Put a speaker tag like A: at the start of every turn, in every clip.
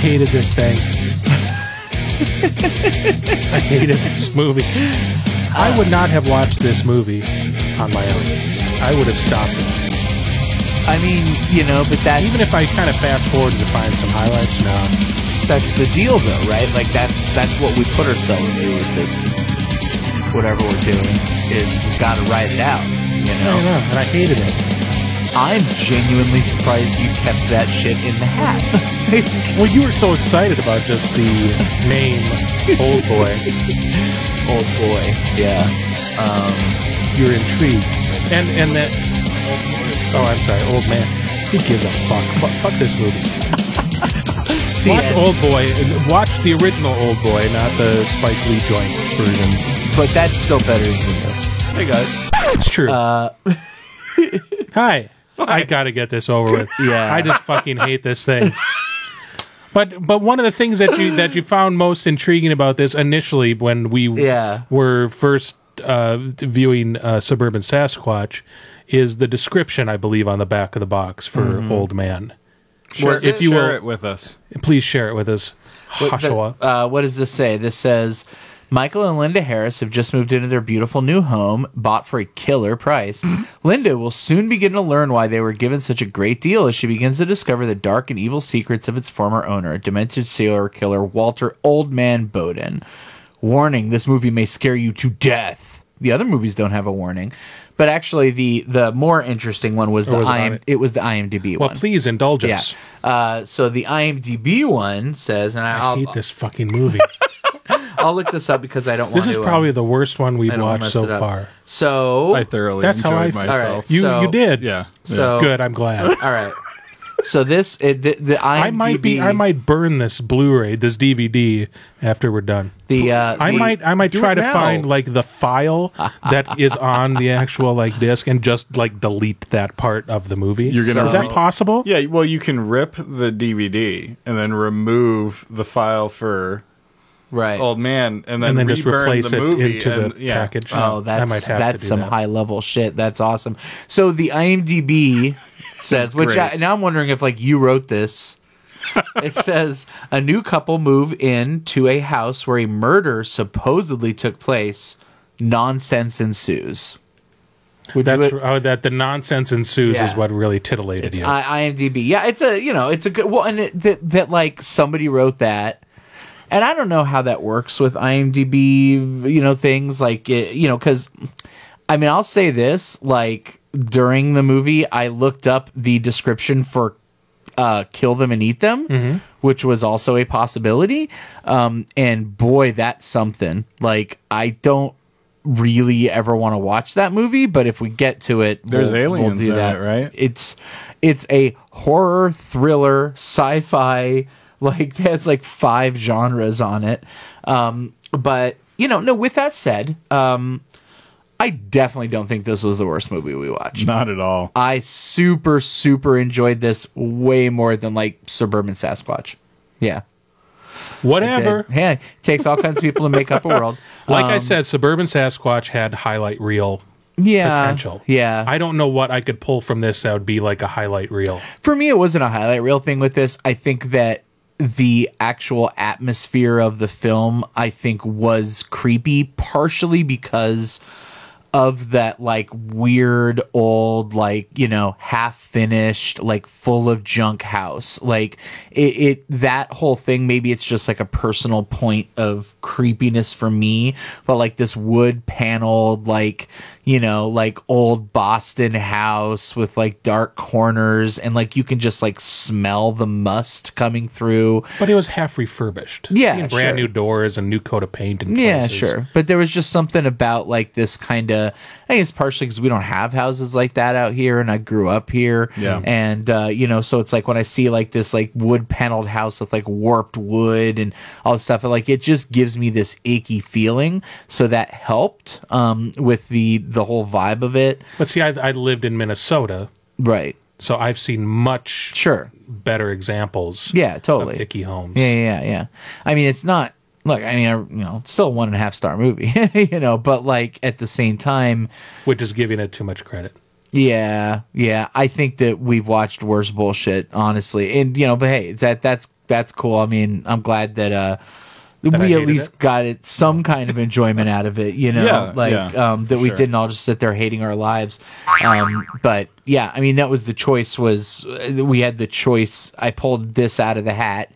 A: hated this thing. I hated this movie. I would not have watched this movie on my own. I would have stopped it.
B: I mean, you know, but that
A: Even if I kind of fast forwarded to find some highlights, no.
B: that's the deal, though, right? Like that's that's what we put ourselves through with this. Whatever we're doing is we've got to ride it out. You
A: I don't
B: know,
A: know. And I hated it.
B: I'm genuinely surprised you kept that shit in the hat.
A: Well, you were so excited about just the name Old Boy.
B: Old boy. Yeah. Um,
A: You're intrigued. And, and that. Oh, I'm sorry. Old Man. Who gives a fuck? Fuck, fuck this movie.
B: the
A: Watch
B: end.
A: Old Boy. and Watch the original Old Boy, not the Spike Lee joint version.
B: but that's still better than this.
A: Hey guys, it's true.
B: Uh,
A: Hi. I gotta get this over with.
B: Yeah.
A: I just fucking hate this thing. But but one of the things that you that you found most intriguing about this initially when we
B: Yeah.
A: were first uh, viewing uh, Suburban Sasquatch is the description I believe on the back of the box for
B: Mm-hmm.
A: Old Man.
C: Share,
A: Was it-
C: if you share
A: will-
C: it with us.
A: Please share it with us.
B: What, the-
A: Hashua.
B: uh, what does this say? This says Michael and Linda Harris have just moved into their beautiful new home, bought for a killer price.
A: Mm-hmm.
B: Linda will soon begin to learn why they were given such a great deal as she begins to discover the dark and evil secrets of its former owner, a demented serial killer Walter Oldman Bowden. Warning: This movie may scare you to death. The other movies don't have a warning, but actually, the the more interesting one was the
A: was it on
B: IM, it?
A: it?
B: was the IMDb
A: Well,
B: one.
A: please indulge
B: Yeah.
A: us.
B: Uh, so the IMDb one says, and
A: I
B: I'll,
A: hate this fucking movie.
B: I'll look this up because I don't want
A: this
B: to.
A: is
B: um,
A: probably the worst one
B: I
A: we've
B: don't wanna
A: watched
B: mess
A: so
B: it up.
A: far.
B: So,
C: I thoroughly
A: That's how
C: enjoyed
A: I f-
C: myself.
B: All right.
A: You
B: So-
A: you did.
C: Yeah.
B: So-
A: Good, I'm glad.
B: all right. So this, it, the, the IMDb,
A: I might be. I might burn this Blu-ray, this DVD after we're done.
B: the, uh,
A: I
B: the-
A: might. I might
C: do
A: try
C: it
A: to
C: now.
A: find like the file that is on the actual like disc and just like delete that part of the movie.
C: You're gonna
A: is that
C: re-
A: possible?
C: yeah. Well, you can rip the DVD and then remove the file for
B: right.
C: Old Man, and then,
A: And then just
C: reburn
A: replace
C: the
A: it
C: movie
A: into the
C: and- yeah.
A: package.
B: Oh, that's
A: I might have
B: that's
A: to do
B: some
A: that.
B: high level shit. That's awesome. So the IMDb says, which I,
C: great.
B: now I'm wondering if like you wrote this. it says a new couple move in to a house where a murder supposedly took place. Nonsense ensues. Would you-
A: That's oh, that the nonsense ensues
B: Yeah.
A: is what really titillated
B: It's
A: you.
B: I- IMDb. Yeah, it's a you know it's a good well, and it, that that like somebody wrote that, and I don't know how that works with IMDb. You know things like it, you know because, I mean, I'll say this like during the movie, I looked up the description for uh, kill them and eat them,
C: Mm-hmm.
B: which was also a possibility. Um, and boy, that's something. Like, I don't really ever want to watch that movie, but if we get to it,
C: There's aliens in it, right?
B: It's it's a horror thriller sci-fi. Like, that's like five genres on it. Um, but you know, no. With that said, um, I definitely don't think this was the worst movie we watched.
C: Not at all.
B: I super super enjoyed this way more than like Suburban Sasquatch. Yeah.
A: Whatever.
B: Yeah, it takes all kinds of people to make up a world.
A: Like I
B: Um,
A: said, Suburban Sasquatch had highlight reel
B: yeah,
A: potential.
B: Yeah.
A: I don't know what I could pull from this that would be like a highlight reel.
B: For me, it wasn't a highlight reel thing with this. I think that the actual atmosphere of the film, I think, was creepy, partially because of that like weird old like you know half finished like full of junk house like it, it that whole thing maybe it's just like a personal point of creepiness for me but like this wood paneled like you know like old boston house with like dark corners and like you can just like smell the must coming through
A: But it was half refurbished.
B: Yeah,
A: Seeing
B: sure.
A: brand new doors and new coat of paint and
B: Yeah,
A: places.
B: sure. But there was just something about like this kind of. I think it's partially because we don't have houses like that out here, and I grew up here.
C: Yeah.
B: And uh, you know, so it's like when I see like this like wood paneled house with like warped wood and all this stuff, like it just gives me this icky feeling. So that helped um, with the the whole vibe of it,
A: But see, I, I lived in Minnesota,
B: right?
A: so I've seen much
B: Sure.
A: better examples.
B: Yeah, totally.
A: Of icky homes.
B: Yeah, yeah, yeah. I mean, it's not. Look, I mean, I, you know, it's still a one and a half star movie, you know, but like at the same time,
A: Which is giving it too much credit.
B: Yeah, yeah. I think that we've watched worse bullshit, honestly. And you know, but hey, it's that that's that's cool. I mean, I'm glad that uh
A: I
B: we at
A: hated
B: least
A: it.
B: got it some kind of enjoyment out of it, you know,
C: Yeah,
B: like
C: yeah,
B: um that we
C: sure.
B: didn't all just sit there hating our lives. Um but yeah, I mean that was the choice was uh, we had the choice. I pulled this out of the hat.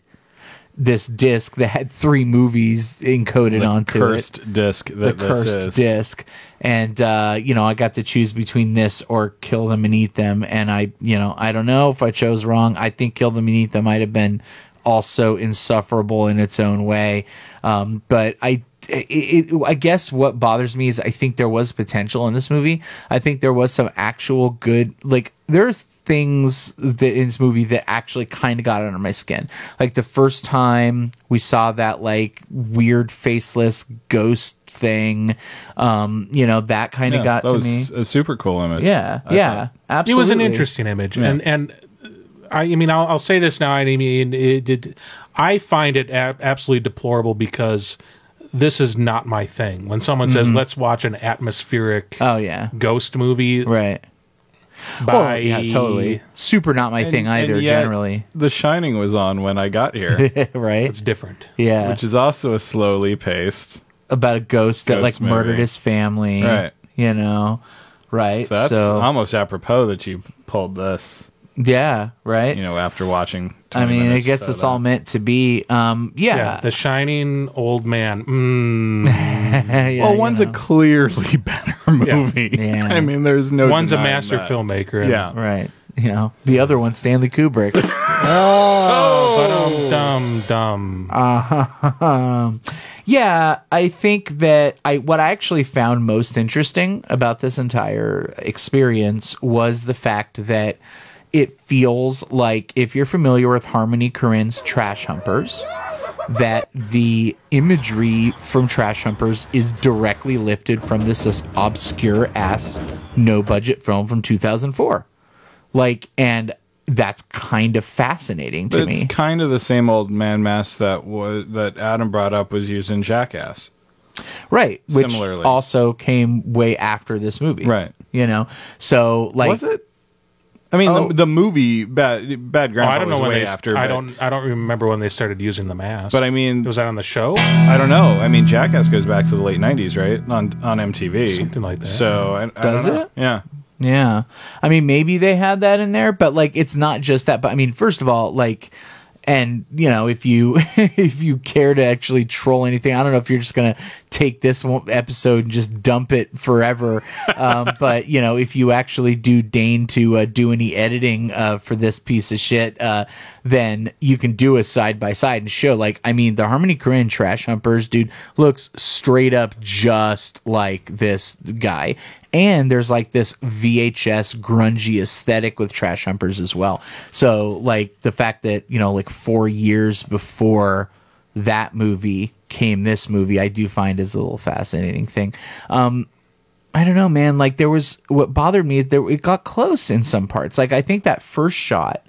B: This disc that had three movies encoded onto it
C: cursed disc
B: the
C: that this
B: cursed
C: is.
B: disc and uh you know i got to choose between this or kill them and eat them and i you know i don't know if i chose wrong i think kill them and eat them might have been also insufferable in its own way um but i it, it, I guess what bothers me is I think there was potential in this movie. I think there was some actual good, like there are things that in this movie that actually kind of got under my skin. Like the first time we saw that like weird faceless ghost thing, um, you know, that kind of
C: Yeah,
B: got
C: that
B: to
C: was
B: me.
C: a super cool image.
B: Yeah, yeah,
A: It
B: absolutely.
A: was an interesting image, and and I, I mean, I'll, I'll say this now. I mean, it, it, I find it ab- absolutely deplorable because this is not my thing. When someone says,
B: Mm-hmm.
A: "Let's watch an atmospheric
B: Oh yeah,
A: ghost movie,"
B: right.
A: by
B: Oh yeah, totally. Super not my thing
C: And
B: either.
C: yet,
B: generally,
C: The Shining was on when I got here,
B: right?
A: it's different.
B: Yeah,
C: which is also a slowly paced.
B: about a ghost that like
C: Ghost
B: murdered
C: movie.
B: his family.
C: Right.
B: You know. Right.
C: So that's
B: so
C: almost apropos that you pulled this,
B: yeah. Right.
C: you know, after watching.
B: I
C: 20
B: mean, I
C: minutes
B: guess
C: of
B: it's all
C: that.
B: meant to be. Um.
A: Yeah.
C: Uh,
B: Yeah.
A: the Shining old man. Mm,
B: Yeah,
C: Well,
B: you
C: one's
B: know.
C: a clearly better movie.
B: Yeah.
C: I mean, there's no.
A: one's a
C: denying
A: master
C: that.
A: filmmaker. and-
C: Yeah.
B: right. You know, the other one, Stanley Kubrick.
C: Oh.
A: Ba-dum, dum dum.
B: Um, yeah, I think that I what I actually found most interesting about this entire experience was the fact that it feels like if you're familiar with Harmony Korine's Trash Humpers, that the imagery from Trash Humpers is directly lifted from this, this obscure ass no budget film from 2004. Like, and that's kind of fascinating to
C: It's
B: me.
C: kind of the same old man mask that was that Adam brought up was used in Jackass.
B: right which
C: Similarly.
B: also came way after this movie
C: Right.
B: you know so like
C: was it? I mean,
B: Oh.
C: the, the movie Bad Bad
A: Oh,
C: Grandpa.
A: I don't know
C: was
A: when
C: way
A: they.
C: after.
A: I
C: but-
A: don't. I don't remember when they started using the mask.
C: But I mean,
A: was that on the show?
C: I don't know. I mean, Jackass goes back to the late '90s, right? On on MTV,
A: Something like that.
C: So I, I
B: Does
C: don't know.
B: it?
C: Yeah.
B: yeah i mean maybe they had that in there but like it's not just that but i mean first of all like and you know if you if you care to actually troll anything i don't know if you're just gonna take this one episode and just dump it forever um, but you know if you actually do deign to uh, do any editing uh, for this piece of shit uh, then you can do a side by side and show like i mean the harmony korine trash humpers dude looks straight up just like this guy and there's like this vhs grungy aesthetic with trash humpers as well so like the fact that you know like four years before that movie came this movie i do find is a little fascinating thing um I don't know, man. Like there was what bothered me is there it got close in some parts. Like I think that first shot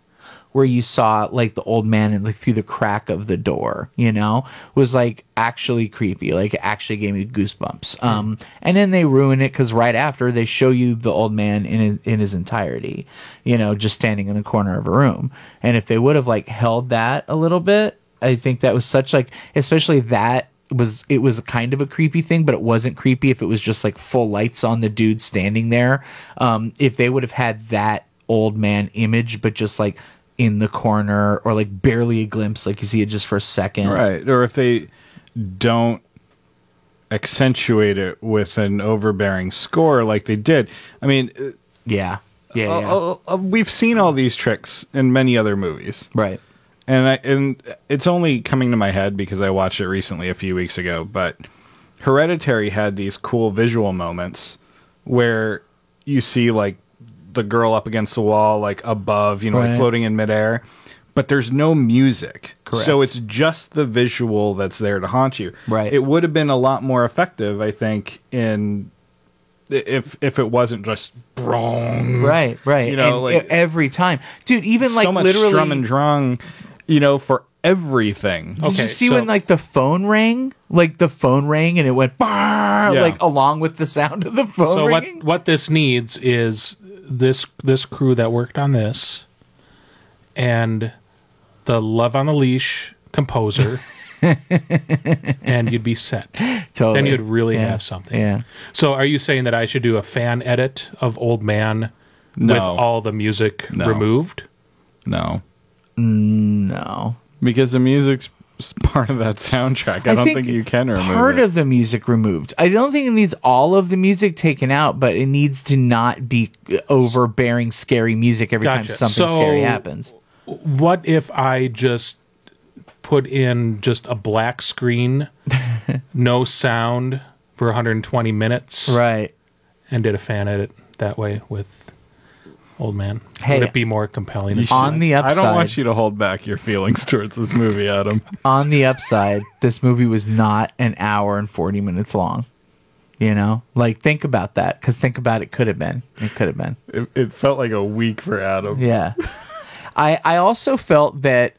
B: where you saw like the old man and like through the crack of the door, you know, was like actually creepy. Like it actually gave me goosebumps. Um, and then they ruin it because right after they show you the old man in in his entirety, you know, just standing in the corner of a room. And if they would have like held that a little bit, I think that was such like especially that was it was kind of a creepy thing, but it wasn't creepy if it was just like full lights on the dude standing there. Um, if they would have had that old man image, but just like in the corner or like barely a glimpse, like you see it just for a second.
C: Right. Or if they don't accentuate it with an overbearing score like they did. I mean, uh,
B: Yeah. Yeah. yeah.
C: uh, uh, we've seen all these tricks in many other movies.
B: right.
C: and I, and it's only coming to my head because I watched it recently a few weeks ago, but Hereditary had these cool visual moments where you see like the girl up against the wall like above, you know,
B: Right.
C: like floating in midair, but there's no music. So it's just the visual that's there to haunt you.
B: Right.
C: It would have been a lot more effective, I think, in if if it wasn't just brong
B: Right. Right.
C: You know,
B: And e,
C: like-
B: every time, dude, even like
C: so much
B: literally
C: strum and drong, you know, for everything.
B: Did you see when like the phone rang? Like the phone rang and it went bah,
C: Yeah.
B: like along with the sound of the phone
A: so
B: ringing.
A: what what this needs is this this crew that worked on this and the Love on a Leash composer, and you'd be set.
B: Totally.
A: Then you'd really
B: Yeah.
A: have something.
B: Yeah.
A: So, are you saying that I should do a fan edit of Old Man
C: No.
A: with all the music
C: No.
A: removed?
C: No,
B: No.
C: because the music's part of that soundtrack. I, don't think, you can remove
B: part
C: it.
B: of the music removed. I don't think it needs all of the music taken out, but it needs to not be overbearing scary music every time
A: Gotcha. So-
B: something scary happens.
A: What if I just put in just a black screen, no sound for 120 minutes,
B: Right.
A: and did a fan edit that way with Old Man?
B: Hey,
A: Would it be more compelling?
C: You
A: and
C: should-
B: On the
C: I don't
B: upside-
C: want you to hold back your feelings towards this movie, Adam.
B: On the upside, this movie was not an hour and 40 minutes long. You know? Like think about that cuz think about it could have been. It could have been.
C: It, it felt like a week for Adam.
B: Yeah. I I also felt that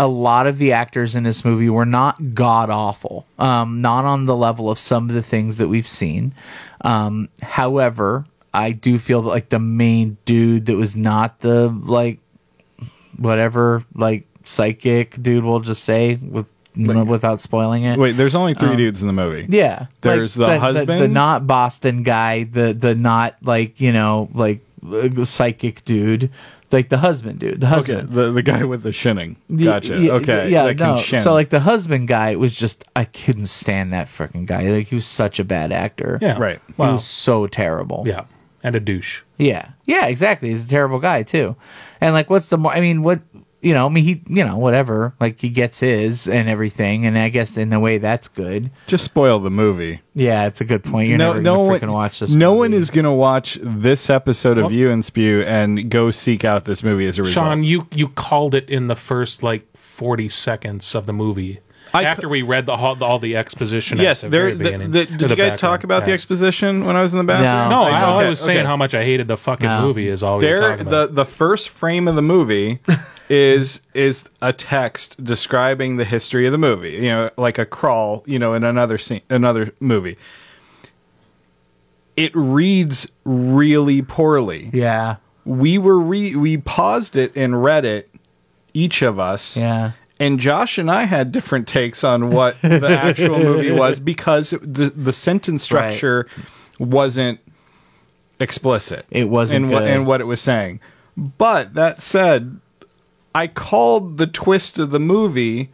B: a lot of the actors in this movie were not god awful. Um, not on the level of some of the things that we've seen. Um, however, I do feel that like the main dude that was not the like whatever like psychic dude we'll just say with without spoiling it.
C: Wait, there's only three dudes in the movie.
B: Um, Yeah.
C: There's the
B: The,
C: husband.
B: not Boston guy, the the not like, you know, like uh, psychic dude. Like the husband dude. The
C: Okay,
B: husband.
C: the the guy with the shinning.
B: The-
C: Gotcha.
B: yeah,
C: okay,
B: Yeah,
C: that can
B: no.
C: shin.
B: So like the husband guy was just I couldn't stand that freaking guy. Like he was such a bad actor.
A: Yeah.
C: Right.
B: He
A: Wow.
B: was so terrible.
A: yeah. And a douche.
B: Yeah. Yeah, exactly. He's a terrible guy too. And like what's the more I mean, what you know, I mean he you know, whatever. Like he gets his and everything, and I guess in a way that's good.
C: just spoil the movie.
B: Yeah, it's a good point. You're never gonna freaking watch this.
C: No
B: movie.
C: one is gonna watch this episode of You and Spew and go seek out this movie as a result.
A: Sean, you you called it in the first like forty seconds of the movie.
C: I
A: After we read the all, all the exposition,
C: yes,
A: at the
C: there.
A: very
C: the-
A: beginning,
C: the-
A: or
C: did
A: the
C: you guys talk
A: background.
C: about the
A: Yeah.
C: exposition when I was in the bathroom?
A: No,
B: Oh,
A: I, all I
C: okay,
A: was saying
C: okay.
A: how much I hated the fucking
B: No.
A: movie is all we were
C: there
A: talking
C: the
A: about.
C: the first frame of the movie is is a text describing the history of the movie you know like a crawl you know in another scene another movie it reads really poorly
B: Yeah.
C: we were re- we paused it and read it each of us
B: Yeah.
C: and Josh and I had different takes on what the actual movie was because the the sentence
B: Right.
C: structure wasn't explicit.
B: It wasn't
C: in what
B: good.
C: in what it was saying. But that said, I called the twist of the movie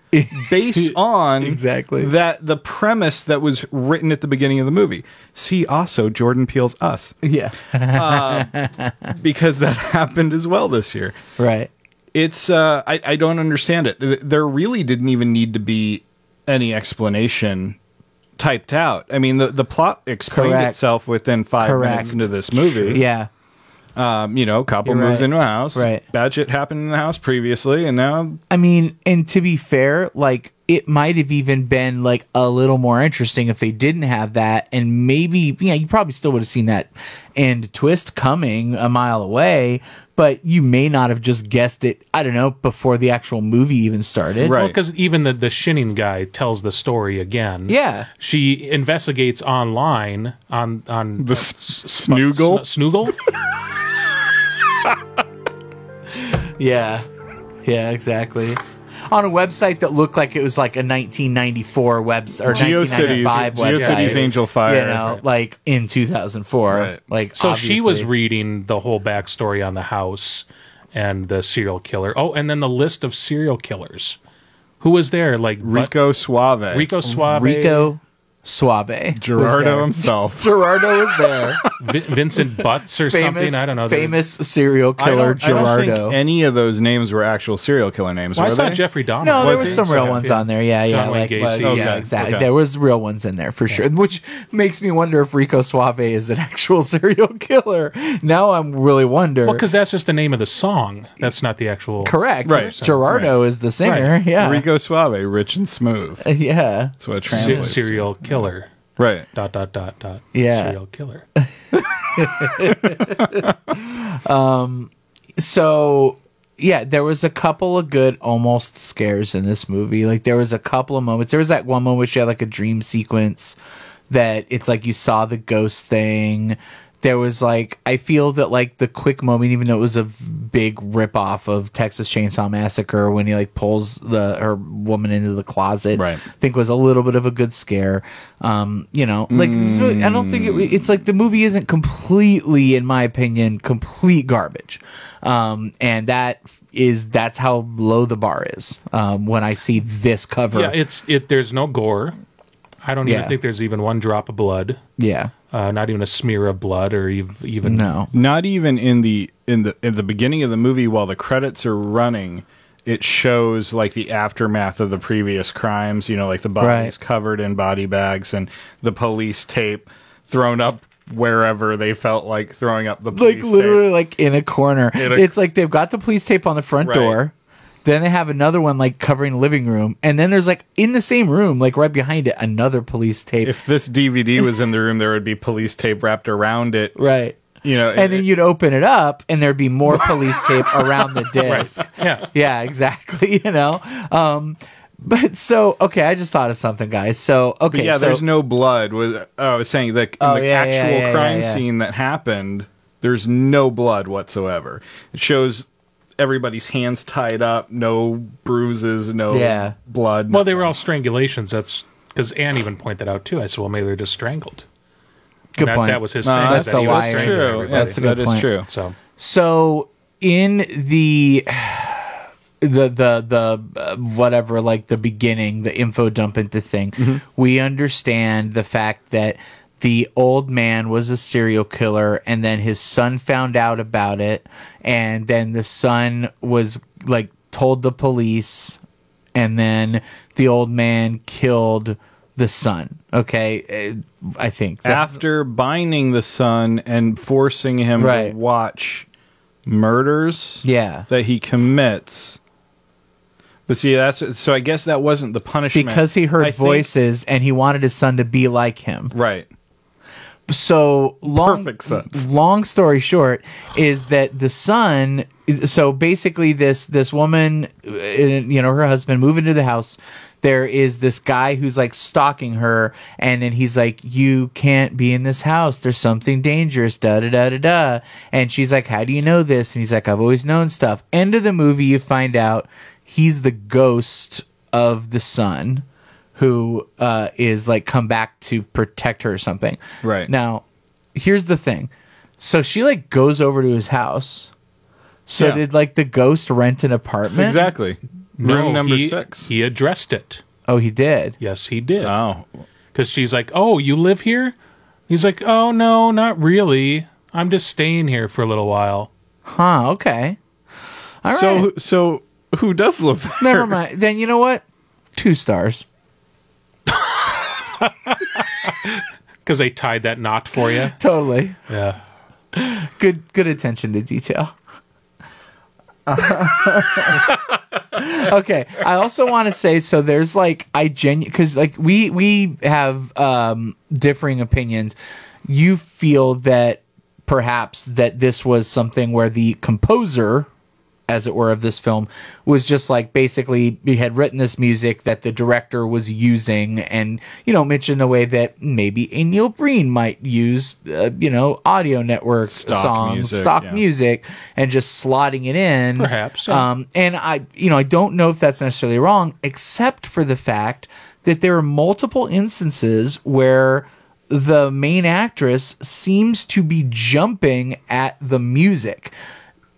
C: based on
B: Exactly.
C: that the premise that was written at the beginning of the movie. See also Jordan Peele's Us
B: Yeah.
C: because that happened as well this year.
B: right.
C: it's uh I, I don't understand it Th- there really didn't even need to be any explanation typed out i mean the, the plot explained
B: Correct.
C: itself within five
B: Correct.
C: minutes into this movie
B: Yeah.
C: um you know couple
B: You're
C: moves
B: right.
C: into a house
B: Right.
C: bad shit happened in the house previously and now
B: I mean, and to be fair, like it might have even been like a little more interesting if they didn't have that, and maybe you know you probably still would have seen that end twist coming a mile away, but you may not have just guessed it. I don't know before the actual movie even started.
C: Right.
A: because even the the shinning guy tells the story again.
B: Yeah.
A: she investigates online on on uh,
C: the s-
A: Sp-
C: snoogle
A: Sn- Snoogle.
B: Yeah. Yeah, exactly. On a website that looked like it was like a 1994 website or
C: GeoCities.
B: 1995 website.
C: GeoCities Angel Fire.
B: You know, like in 2004.
C: Right.
B: Like
A: So she was
B: obviously.
A: reading the whole backstory on the house and the serial killer. Oh, and then the list of serial killers. Who was there? Like Bu-
C: rico suave
A: Rico Suave,
B: Rico Suave. was
C: gerardo
B: there.
C: himself
B: Gerardo was there.
A: Vi- Vincent Butts or
B: famous,
A: something. I don't know. There-
B: Famous serial
C: I don't-
B: killer
C: I don't
B: Gerardo.
C: think any of those names were actual serial killer names
A: Well, I
C: were
A: saw
C: they?
A: Jeffrey Dahmer.
B: No,
C: Was
B: there were
C: he?
B: some real
C: Yeah.
B: ones on there. Yeah, yeah,
A: John Wayne
B: like, but-
A: Gacy.
B: yeah,
C: Okay,
B: exactly.
C: okay.
B: There was real ones in there for sure, which makes me wonder if Rico Suave is an actual serial killer. Now I'm really wonder.
A: Well, because that's just the name of the song. That's not the actual.
B: correct,
C: Right.
B: Gerardo is the singer.
A: Right.
B: Yeah, Uh,
C: rico suave rich and smooth
B: yeah,
C: that's what it
A: se-
C: translates
A: serial killer.
C: right
A: Dot dot dot dot.
B: Yeah.
A: Serial killer.
B: so yeah there was a couple of good almost scares in this movie like there was a couple of moments there was that one moment where she had like a dream sequence that it's like you saw the ghost thing. There was like I feel that like the quick moment, even though it was a v- big ripoff of Texas Chainsaw Massacre when he like pulls the her woman into the closet,
C: Right.
B: I think was a little bit of a good scare. Um, you know, like this movie, I don't think it, it's like the movie isn't completely, in my opinion, complete garbage. Um, and that is that's how low the bar is. Um, when I see this cover,
A: Yeah, it's it. There's no gore. I don't
B: Yeah.
A: even think there's even one drop of blood.
B: yeah,
A: Uh, not even a smear of blood, or ev- even
B: no,
C: Not even in the in the in the beginning of the movie while the credits are running, it shows like the aftermath of the previous crimes, you know, like the bodies
B: Right.
C: covered in body bags and the police tape thrown up wherever they felt like throwing up the
B: like
C: police
B: literally
C: tape.
B: like in a corner.
C: a-
B: it's like they've got the police tape on the front
C: Right.
B: door. Then they have another one like covering the living room, and then there's like in the same room, like right behind it, another police tape.
C: If this DVD was in the room, there would be police tape wrapped around it.
B: right.
C: You know,
B: and then you'd open it up and there'd be more police tape around the disc
A: Yeah.
B: yeah exactly you know um but so okay i just thought of something guys so
C: But
B: okay
C: yeah,
B: so,
C: there's no blood. With uh, I was saying the, in
B: Oh,
C: the
B: yeah, yeah,
C: actual
B: yeah,
C: crime
B: yeah, yeah.
C: scene that happened, there's no blood whatsoever. It shows everybody's hands tied up, no bruises, no
B: Yeah.
C: blood.
A: Well, they were all strangulations. That's because Anne even pointed that out too. I said, well, maybe they're just strangled.
B: good
A: that,
B: point
A: that was his
C: No,
A: thing.
B: that's
A: is
B: a
A: that he was
B: lie.
C: That's
A: strangling
C: true.
A: everybody.
C: That's,
B: That's a good
C: that is
B: point.
C: true.
A: So
B: so in the the the the uh, whatever like the beginning the info dump into thing we understand the fact that the old man was a serial killer and then his son found out about it and then the son was like told the police and then the old man killed the son okay Uh, i think That-
C: After binding the son and forcing him
B: Right.
C: to watch murders
B: yeah
C: that he commits. But see, that's so. I guess that wasn't the punishment
B: because he heard
C: I think-
B: voices and he wanted his son to be like him
C: right?
B: so long
C: Perfect sense.
B: long story short is that the son so basically this this woman uh, you know her husband move into the house there is this guy who's like stalking her and then he's like you can't be in this house there's something dangerous da da da da da and she's like how do you know this and he's like i've always known stuff end of the movie you find out he's the ghost of the son who uh, is like come back to protect her or something.
C: Right.
B: Now, here's the thing. So she like goes over to his house. So
C: Yeah.
B: did like the ghost rent an apartment?
C: Exactly.
A: no,
C: Room number
A: he-
C: six.
A: He addressed it.
B: Oh, he did.
A: Yes, he did.
C: oh,
A: Because she's like, "Oh, you live here?" He's like, "Oh no, not really. I'm just staying here for a little while."
B: Huh. Okay. All right.
C: so so who does live there?
B: Never mind. Then you know what? Two stars.
A: Because they tied that knot for you.
B: Totally.
A: Yeah.
B: Good. Good attention to detail. okay. I also want to say so there's like I genu because like we we have um differing opinions. You feel that perhaps that this was something where the composer as it were of this film was just like basically he had written this music that the director was using and you know mentioned the way that maybe a neil breen might use uh, you know audio network
C: Stock
B: songs
C: music,
B: stock
C: yeah.
B: music and just slotting it in
A: Perhaps, yeah.
B: um, and I, you know, I don't know if that's necessarily wrong, except for the fact that there are multiple instances where the main actress seems to be jumping at the music.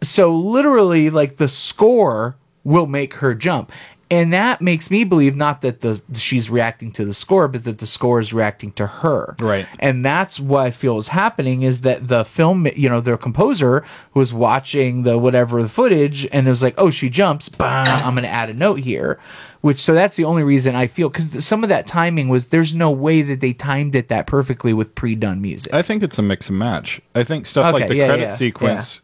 B: So literally, like the score will make her jump. And that makes me believe not that the she's reacting to the score, but that the score is reacting to her
C: Right.
B: and that's what I feel is happening is that the film, you know, their composer was watching the whatever the footage and it was like, oh, she jumps, bah, I'm going to add a note here, which so that's the only reason I feel because some of that timing was there's no way that they timed it that perfectly with pre-done music.
C: I think it's a mix and match. I think stuff like
B: Okay,
C: the
B: yeah,
C: credit
B: yeah,
C: sequence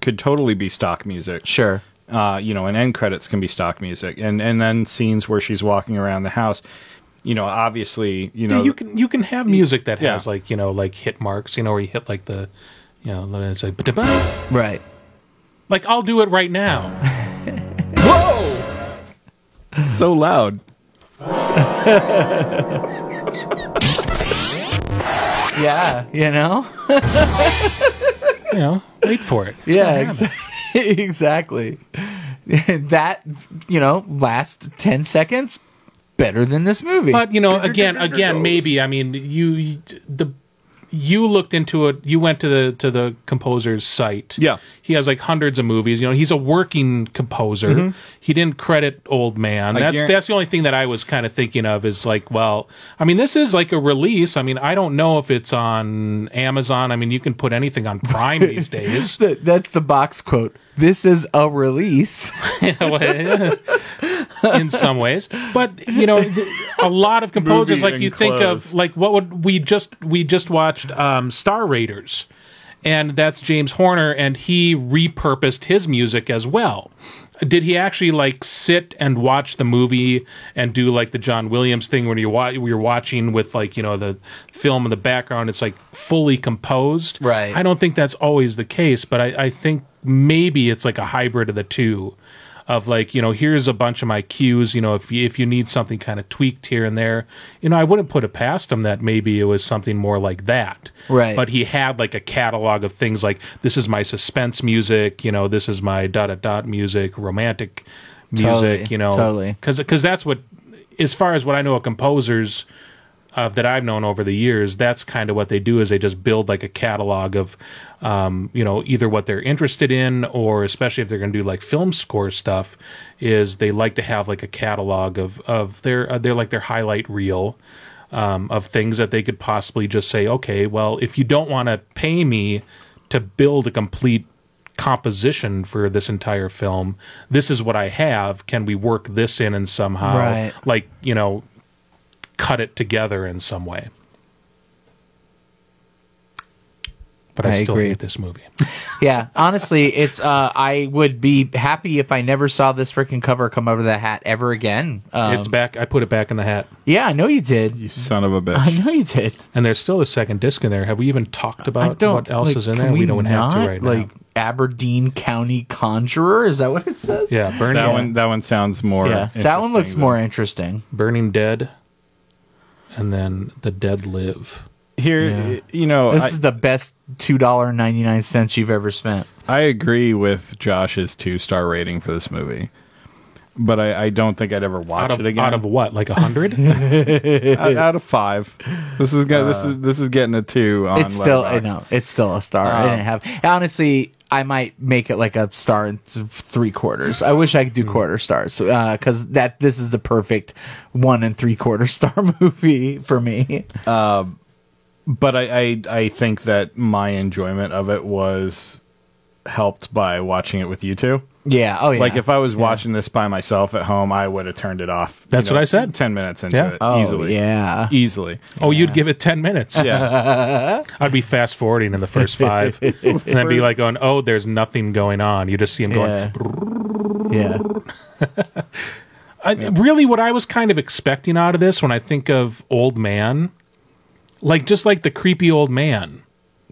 C: could totally be stock music.
B: sure,
C: Uh, you know, and end credits can be stock music, and and then scenes where she's walking around the house. You know, obviously, you know,
A: you can you can have music that
C: Yeah.
A: has like you know like hit marks, you know, where you hit like the, you know, then it's like "Ba-da-ba."
B: right.
A: like I'll do it right now.
C: whoa, so loud.
B: yeah, you know?
A: You know, wait for it. It's
B: yeah,
A: gonna
B: ex-
A: happen.
B: exactly. that, you know, last 10 seconds better than this movie.
A: But you know, again, again, maybe. I mean, you the you looked into it. You went to the to the composer's site.
C: Yeah.
A: he has like hundreds of movies. You know, he's a working composer. He didn't credit Old Man. that's
C: Mm-hmm. guar-
A: that's the only thing that I was kind of thinking of is like, well, I mean, this is like a release. I mean, I don't know if it's on Amazon. I mean, you can put anything on Prime these days.
B: Th- that's the box quote. This is a release.
A: in some ways but you know th- a lot of composers
C: Movie
A: like you think of
C: enclosed.
A: like what would we just we just watched um, star raiders and that's james horner and he repurposed his music as well did he actually like sit and watch the movie and do like the John Williams thing when you wa- you're watching with like you know the film in the background? It's like fully composed.
B: Right.
A: I don't think that's always the case, but I, I think maybe it's like a hybrid of the two, of like you know here's a bunch of my cues. You know if you, if you need something kind of tweaked here and there, you know I wouldn't put it past him that maybe it was something more like that.
B: Right.
A: But he had like a catalog of things like this is my suspense music. You know this is my dot dot dot music, romantic music.
B: Totally,
A: You know
B: totally.
A: because that's what as far as what I know of composers uh, that I've known over the years, that's kind of what they do is they just build like a catalog of, um, you know, either what they're interested in or especially if they're going to do like film score stuff, is they like to have like a catalog of of their uh, they're like their highlight reel um, of things that they could possibly just say, okay, well, if you don't want to pay me to build a complete composition for this entire film, this is what I have. Can we work this in and somehow
B: Right.
A: like you know cut it together in some way. But I,
B: I
A: still
B: agree.
A: hate this movie.
B: yeah, honestly, it's. Uh, I would be happy if I never saw this freaking cover come over the hat ever again. Um,
A: it's back. I put it back in the hat,
B: yeah, I know you did.
C: You son of a
B: I
C: bitch.
B: know you did.
A: and there's still a second disc in there. Have we even talked
B: I
A: about
B: don't.
A: what else
B: like,
A: is in
B: can
A: there? We, don't have to
B: not,
A: right
B: like,
A: now.
B: Aberdeen County Conjurer. Is that what it says?
A: Yeah, burning,
C: That one. That one sounds more.
B: Yeah, that one
C: interesting
B: looks
C: than-
B: more interesting.
A: burning dead, and then the dead live.
C: Here, you know,
B: This
C: I,
B: is the best two dollar ninety nine cents you've ever spent.
C: I agree with Josh's two star rating for this movie, but I, I don't think I'd ever watch
A: Out of
C: it again.
A: out of what? Like a hundred?
C: out, out of five. This is go- this is this is getting a two on.
B: Uh, It's still I
C: Letterboxd.
B: know it's still a star. I
A: Um,
B: didn't have honestly. I might make it like a star and th- three quarters. I wish I could do
A: Hmm.
B: quarter stars because that this is the perfect one and three quarter star movie for me.
C: but I, I I think that my enjoyment of it was helped by watching it with you two.
B: Yeah. Oh yeah.
C: Like if I was watching this by myself at home, I would have turned it off. you
A: That's what I said.
C: Ten minutes into
A: Yeah.
C: it,
B: oh,
C: easily.
B: Yeah.
C: easily.
A: Oh, you'd give it ten minutes.
C: Yeah,
A: I'd be fast forwarding in the first five, and then be like going, "Oh, there's nothing going on." You just see him going.
B: Yeah. yeah.
A: I, really what I was kind of expecting out of this when I think of old man, like just like the creepy old man.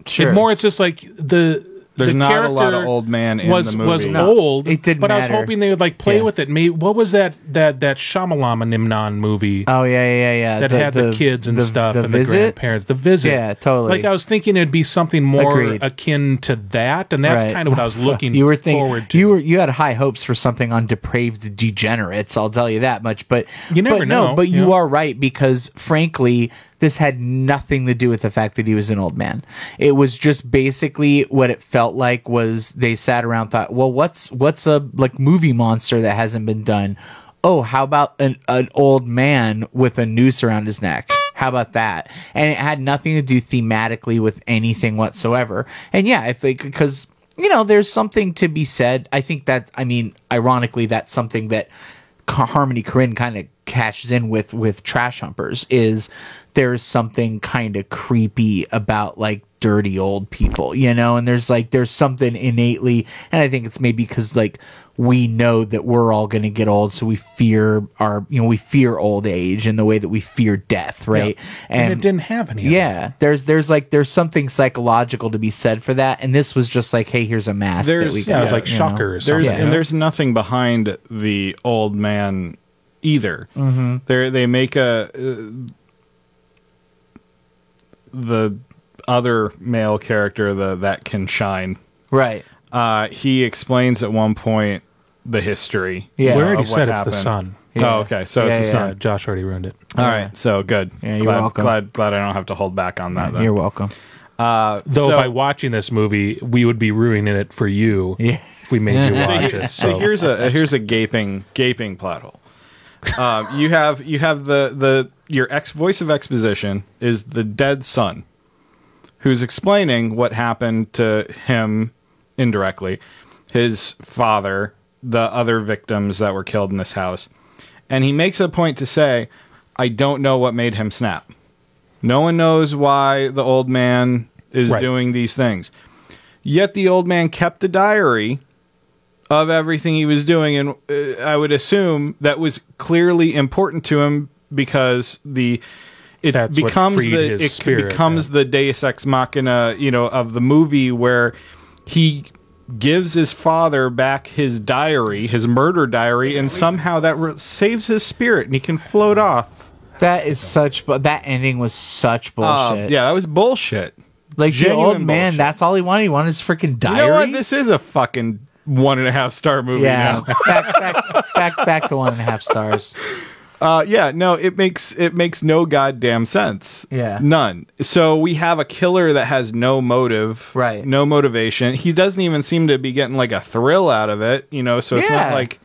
B: Sure.
A: It more it's just like the
C: There's
A: the
C: not a lot of
A: character
C: old man in
A: was
C: the movie.
A: was
B: No,
A: old.
B: it didn't
A: but I was
B: matter.
A: hoping they would like play
B: Yeah.
A: with it. Maybe what was that that that Shyamalama Nimnon movie?
B: oh yeah yeah yeah.
A: that had the, kids and
B: the-
A: stuff
B: the
A: and the
B: visit?
A: grandparents. The visit.
B: Yeah, totally.
A: Like I was thinking it'd be something more
B: Agreed.
A: akin to that, and that's
B: Right.
A: kind of what I was looking
B: you were thinking,
A: forward to.
B: You were you had high hopes for something on depraved degenerates. I'll tell you that much. But
A: You never
B: but no,
A: know,
B: But you
A: yeah.
B: are right because frankly, this had nothing to do with the fact that he was an old man. It was just basically what it felt like was they sat around thought, well, what's what's a like movie monster that hasn't been done? Oh, how about an an old man with a noose around his neck? How about that? And it had nothing to do thematically with anything whatsoever. And yeah, if they because you know, there's something to be said. I think that, I mean, ironically, that's something that Ca- Harmony Korine kind of cashes in with with Trash Humpers is there's something kind of creepy about like dirty old people, you know, and there's like there's something innately, and I think it's maybe because like we know that we're all going to get old, so we fear our, you know, we fear old age in the way that we fear death, right?
A: and, it didn't have any. of that.
B: Yeah, there's there's like there's something psychological to be said for that, and this was just like, hey, here's a mask. that
C: There's-
B: we
C: yeah,
A: Yeah, it was
B: got,
A: like
B: you know.
A: shocker or something.
C: There's
B: Yeah.
C: and there's nothing behind the old man either. Mm-hmm. They they make a uh, the other male character, the that can shine.
B: Right.
C: Uh, he explains at one point the history.
B: Yeah.
A: we
B: Where
C: of
A: already
C: what
A: said
C: happened.
A: it's the sun.
B: Yeah.
C: Oh, okay. So
B: Yeah,
C: it's the
B: yeah,
A: Yeah,
C: sun.
A: Josh already ruined it.
C: All right. So good.
B: Yeah, you're
C: glad,
B: welcome.
C: Glad, glad I don't have to hold back on that. Then.
B: You're welcome.
A: Though
C: So-
A: by watching this movie, we would be ruining it for you.
B: Yeah.
A: If we made you
B: So
A: watch
C: so,
A: it.
C: here- so here's a here's a gaping gaping plot hole. Um, you have you have the the your ex voice of exposition is the dead son, who's explaining what happened to him indirectly, his father, the other victims that were killed in this house, and he makes a point to say, "I don't know what made him snap. No one knows why the old man is
A: Right.
C: doing these things." Yet the old man kept a diary of everything he was doing, and uh, I would assume that was clearly important to him because the it
A: That's what
C: becomes
A: freed
C: the
A: his
C: it
A: spirit,
C: becomes the Deus ex machina, you know, of the movie where he gives his father back his diary, his murder diary, and somehow that re- saves his spirit, and he can float off.
B: That is such, but that ending was
A: Um,
B: such
C: Uh,
B: bullshit.
C: yeah, that was bullshit.
B: like the
C: genuine
B: old man.
C: bullshit.
B: That's all he wanted. He wanted his freaking diary.
C: You know what? This is a fucking one and a half star movie
B: yeah,
C: now.
B: back, back, back, back to one and a half stars.
C: Uh, yeah, no, it makes it makes no goddamn sense.
B: Yeah.
C: none. So we have a killer that has no motive,
B: Right.
C: No motivation. He doesn't even seem to be getting like a thrill out of it, you know. So it's
B: Yeah.
C: not like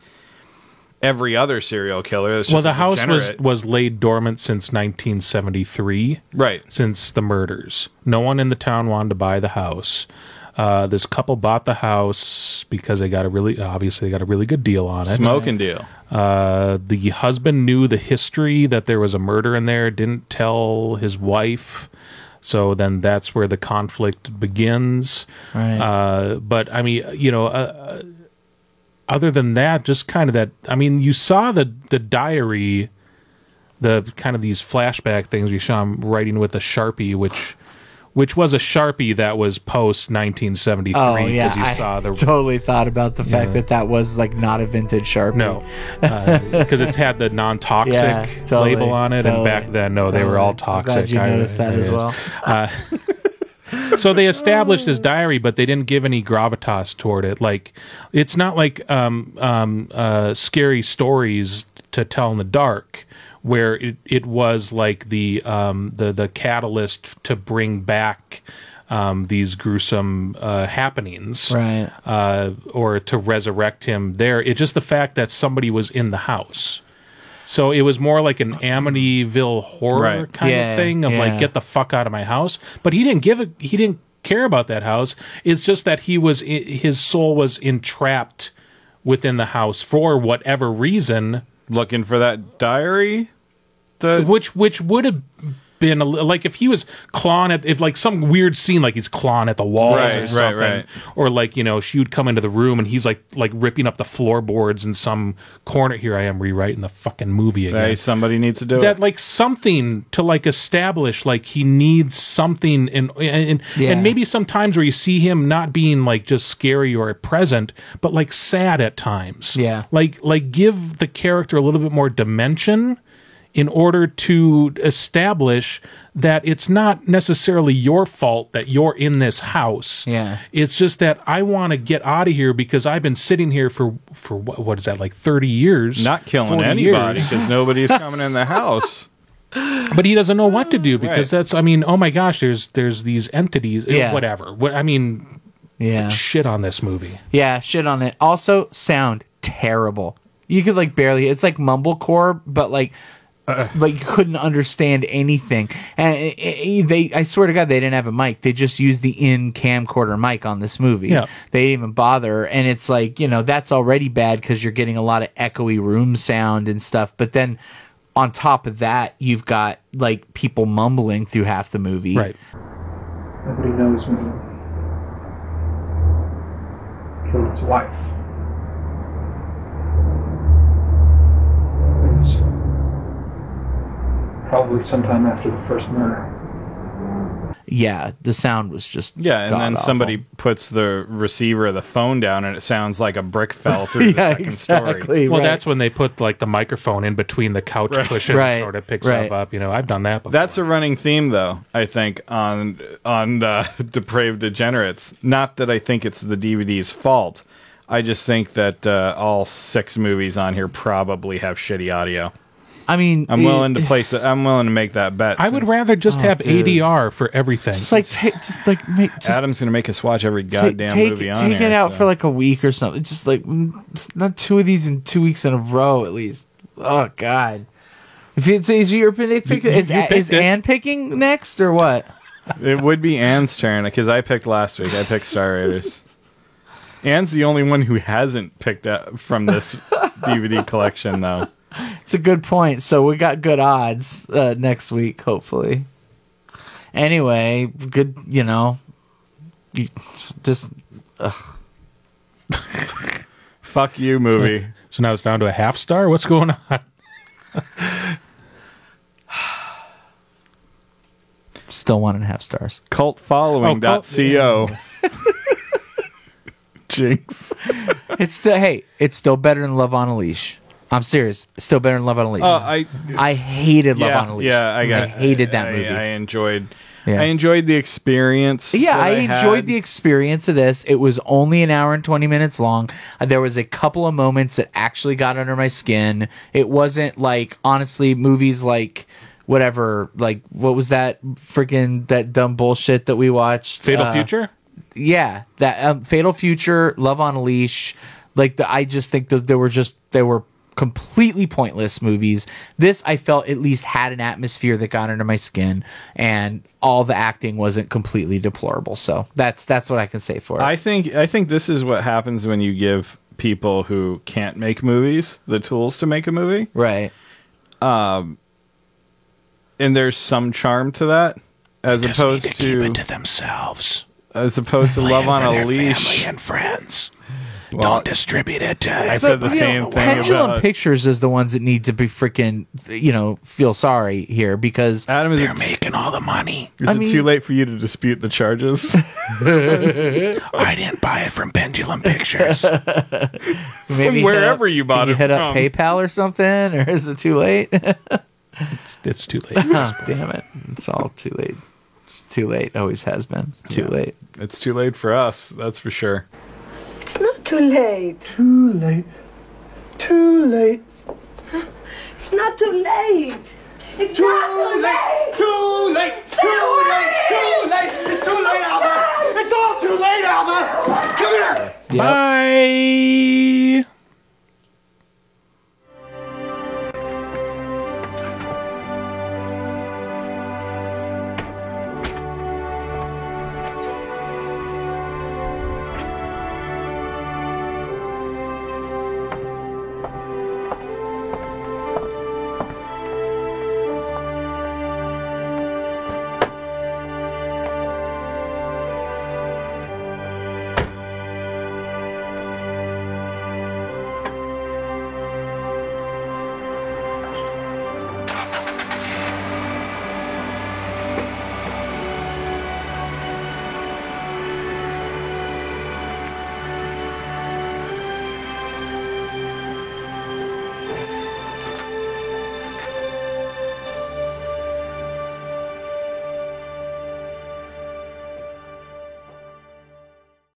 C: every other serial killer. That's
A: Well,
C: just
A: the house was
C: degenerate.
A: was laid dormant since 1973.
C: right.
A: since the murders. No one in the town wanted to buy the house. Uh, this couple bought the house because they got a really obviously they got a really good deal on it.
C: Smoking deal.
A: Uh, the husband knew the history that there was a murder in there, didn't tell his wife. So then that's where the conflict begins.
B: Right.
A: Uh, but I mean, you know, uh, uh, other than that, just kind of that. I mean, you saw the the diary, the kind of these flashback things. We saw him writing with a sharpie, which which was a sharpie that was post 1973
B: oh yeah,
A: you
B: I
A: saw the
B: totally thought about the fact that that was like not a vintage sharpie.
A: no, because it's had the non-toxic
B: Yeah, totally,
A: label on it,
B: totally,
A: and back then, no, they were
B: totally.
A: all
B: I'm glad
A: toxic.
B: you noticed that
A: it
B: as
A: is.
B: well.
A: So they established his diary, but they didn't give any gravitas toward it. Like, it's not like um, um, uh, scary stories to tell in the dark, where it, it was like the um, the the catalyst to bring back. Um, these gruesome uh, happenings,
B: Right.
A: uh, or to resurrect him there. It's just the fact that somebody was in the house. So it was more like an Amityville horror
C: Right.
A: kind
B: Yeah,
A: of thing of
B: yeah.
A: like get the fuck out of my house. But he didn't give a he didn't care about that house. It's just that he was i- his soul was entrapped within the house for whatever reason,
C: Looking for that diary. The
A: which which would have been a, li- like if he was clawing at if like some weird scene like he's clawing at the walls
C: Right,
A: or
C: right,
A: something
C: right.
A: or like you know she would come into the room and he's like like ripping up the floorboards in some corner here I am rewriting the fucking movie again
C: hey, somebody needs to do
A: that
C: it.
A: like something to like establish like he needs something and and
B: Yeah.
A: and maybe sometimes where you see him not being like just scary or present but like sad at times
B: Yeah.
A: like like give the character a little bit more dimension in order to establish that it's not necessarily your fault that you're in this house
B: Yeah.
A: it's just that i want to get out of here because i've been sitting here for for what, what is that like 30 years
C: Not killing
A: 40
C: anybody
A: years
C: because nobody's coming in the house.
A: but he doesn't know what to do because
C: Right.
A: that's i mean oh my gosh there's there's these entities eh,
B: Yeah.
A: whatever what i mean
B: Yeah.
A: shit on this movie
B: Yeah, shit on it. Also, sound terrible. You could like barely. It's like mumblecore, but like, like you couldn't understand anything. And it- it- they, I swear to God, they didn't have a mic. They just used the in camcorder mic on this movie.
A: Yeah.
B: they didn't even bother. And it's like you know that's already bad because you're getting a lot of echoey room sound and stuff. But then on top of that, you've got like people mumbling through half the movie.
A: right
D: Nobody knows me. Killed his wife. It was probably sometime after the first murder.
B: yeah, the sound was just
C: Yeah, and then
B: god-awful.
C: somebody puts the receiver of the phone down, and it sounds like a brick fell through the
B: yeah,
C: second
B: exactly.
C: story.
A: Well,
B: right.
A: that's when they put like the microphone in between the couch cushion,
B: Right.
A: sort of picks
B: Right.
A: stuff up. You know, I've done that before.
C: That's a running theme, though. I think on on uh, depraved degenerates. Not that I think it's the DVD's fault. I just think that uh, all six movies on here probably have shitty audio.
B: I mean,
C: I'm
B: it-
C: willing to place. it- I'm willing to make that bet.
A: I would
C: since
A: rather just have ADR for everything.
B: It's like ta- just like make just
C: Adam's going to make us watch every
B: ta-
C: goddamn
B: take
C: movie on
B: take
C: here,
B: it out
C: so.
B: for like a week or something. It's just like mm, it's not two of these in two weeks in a row at least. Oh God. If it's is your pick, pick
A: you-
B: is,
A: you picked
B: is
A: it.
B: Anne picking next or what?
C: It would be Anne's turn because I picked last week. I picked Star Raiders. Anne's the only one who hasn't picked up from this DVD collection, though.
B: It's a good point. So we got good odds uh, next week, hopefully. Anyway, good. You know, you just
C: Fuck you, movie.
A: so now it's down to a half star. What's going on?
B: still one and a half stars.
C: Cult following
A: Oh, cult-
C: dot co. Jinx.
B: It's still hey, it's still better than Love on a Leash. I'm serious. It's still better than Love on a Leash.
C: Oh, I.
B: Uh, I hated Love
C: yeah,
B: on a Leash.
C: yeah, I got.
B: hated that
C: I-
B: movie.
C: I enjoyed.
B: Yeah.
C: I enjoyed the experience.
B: yeah,
C: that
B: I enjoyed
C: had.
B: the experience of this. It was only an hour and 20 minutes long. Uh, There was a couple of moments that actually got under my skin. It wasn't like honestly movies like whatever, like what was that freaking that dumb bullshit that we watched?
A: Fatal
B: Uh,
A: Future.
B: yeah that um, fatal future love on a leash like the, i just think that they were just they were completely pointless movies this i felt at least had an atmosphere that got under my skin and all the acting wasn't completely deplorable so that's that's what i can say for it
C: I think I think this is what happens when you give people who can't make movies the tools to make a movie.
B: right
C: and there's some charm to that as opposed to,
A: themselves.
C: as opposed to love on a leash
A: and friends.
C: Well,
A: distribute it. To
C: i said the same thing
B: pendulum
C: about
B: pictures is the ones that need to be freaking you know feel sorry here because
C: adam is, it,
A: making all the money.
C: is
B: I
C: it
B: mean-
C: too late for you to dispute the charges
A: I didn't buy it from Pendulum Pictures.
B: maybe hit
C: wherever
B: up-
C: you
B: can
C: bought
B: you
C: it
B: hit
C: from.
B: up paypal or something or is it too late
A: it's too late.
B: Huh, damn it. It's all too late. It's too late. Always has been. Too late.
C: it's too late for us that's for sure
E: It's not too late.
D: Too late. Too late.
E: It's not too late. It's not too late.
F: Too late! Too late! Too late! It's too late, Alma! It's all too late, Alma! Come here!
A: Bye.